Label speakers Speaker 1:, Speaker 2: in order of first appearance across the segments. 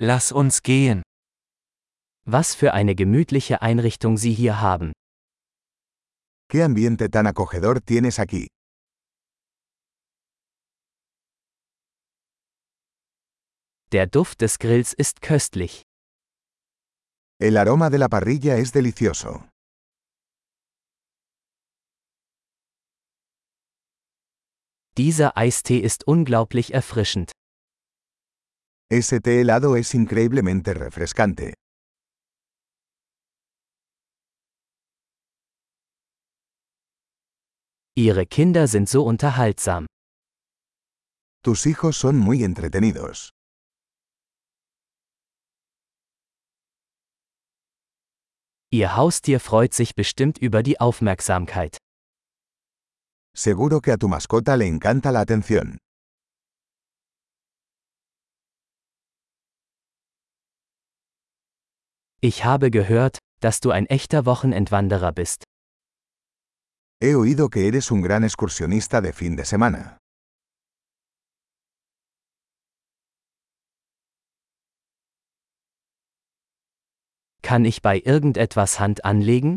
Speaker 1: Lass uns gehen.
Speaker 2: Was für eine gemütliche Einrichtung Sie hier haben.
Speaker 3: ¿Qué ambiente tan acogedor tienes aquí?
Speaker 2: Der Duft des Grills ist köstlich.
Speaker 3: El aroma de la parrilla es delicioso.
Speaker 2: Dieser Eistee ist unglaublich erfrischend.
Speaker 3: Ese té helado es increíblemente refrescante.
Speaker 2: Ihre Kinder sind so unterhaltsam.
Speaker 3: Tus hijos son muy entretenidos.
Speaker 2: Ihr Haustier freut sich bestimmt über die Aufmerksamkeit.
Speaker 3: Seguro que a tu mascota le encanta la atención.
Speaker 2: Ich habe gehört, dass du ein echter Wochenendwanderer bist.
Speaker 3: He oído que eres un gran excursionista de fin de semana.
Speaker 2: Kann ich bei irgendetwas Hand anlegen?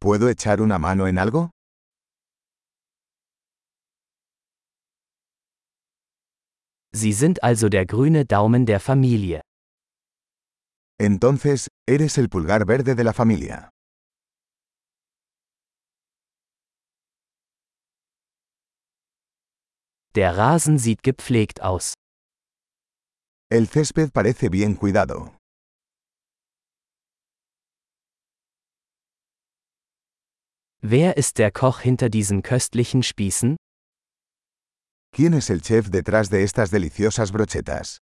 Speaker 3: ¿Puedo echar una mano en algo?
Speaker 2: Sie sind also der grüne Daumen der Familie.
Speaker 3: Entonces, eres el pulgar verde de la familia.
Speaker 2: Der Rasen sieht gepflegt aus.
Speaker 3: El césped parece bien cuidado.
Speaker 2: Wer ist der Koch hinter diesen köstlichen Spießen?
Speaker 3: ¿Quién es el chef detrás de estas deliciosas brochetas?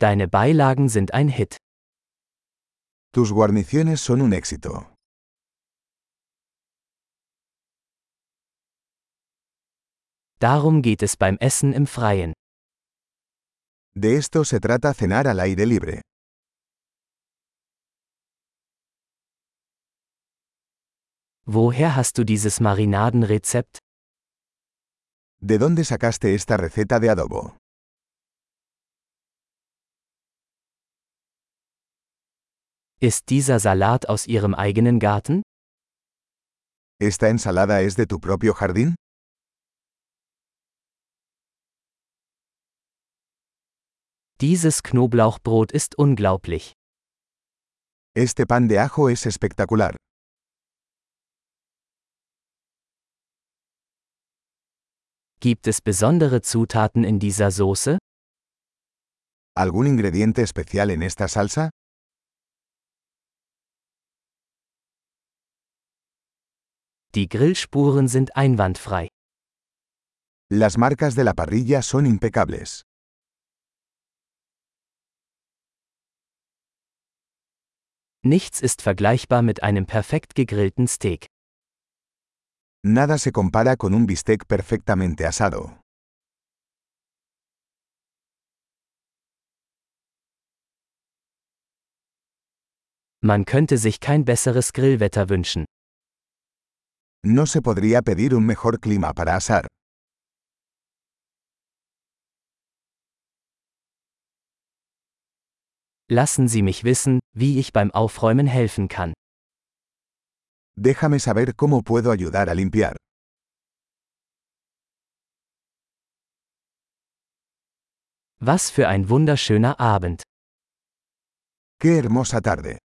Speaker 2: Deine Beilagen sind ein Hit.
Speaker 3: Tus guarniciones son un éxito.
Speaker 2: Darum geht es beim Essen im Freien.
Speaker 3: De esto se trata cenar al aire libre.
Speaker 2: Woher hast du dieses Marinadenrezept?
Speaker 3: ¿De dónde sacaste esta receta de adobo?
Speaker 2: Ist dieser Salat aus Ihrem eigenen Garten?
Speaker 3: ¿Esta ensalada es de tu propio jardín?
Speaker 2: Dieses Knoblauchbrot ist unglaublich.
Speaker 3: Este pan de ajo es espectacular.
Speaker 2: Gibt es besondere Zutaten in dieser Soße?
Speaker 3: ¿Algún ingrediente especial en esta salsa?
Speaker 2: Die Grillspuren sind einwandfrei.
Speaker 3: Las marcas de la parrilla son impecables.
Speaker 2: Nichts ist vergleichbar mit einem perfekt gegrillten Steak.
Speaker 3: Nada se compara con un bistec perfectamente asado.
Speaker 2: Man könnte sich kein besseres Grillwetter wünschen.
Speaker 3: No se podría pedir un mejor clima para asar.
Speaker 2: Lassen Sie mich wissen, wie ich beim Aufräumen helfen kann.
Speaker 3: Déjame saber cómo puedo ayudar a limpiar.
Speaker 2: Was für ein wunderschöner Abend.
Speaker 3: ¡Qué hermosa tarde!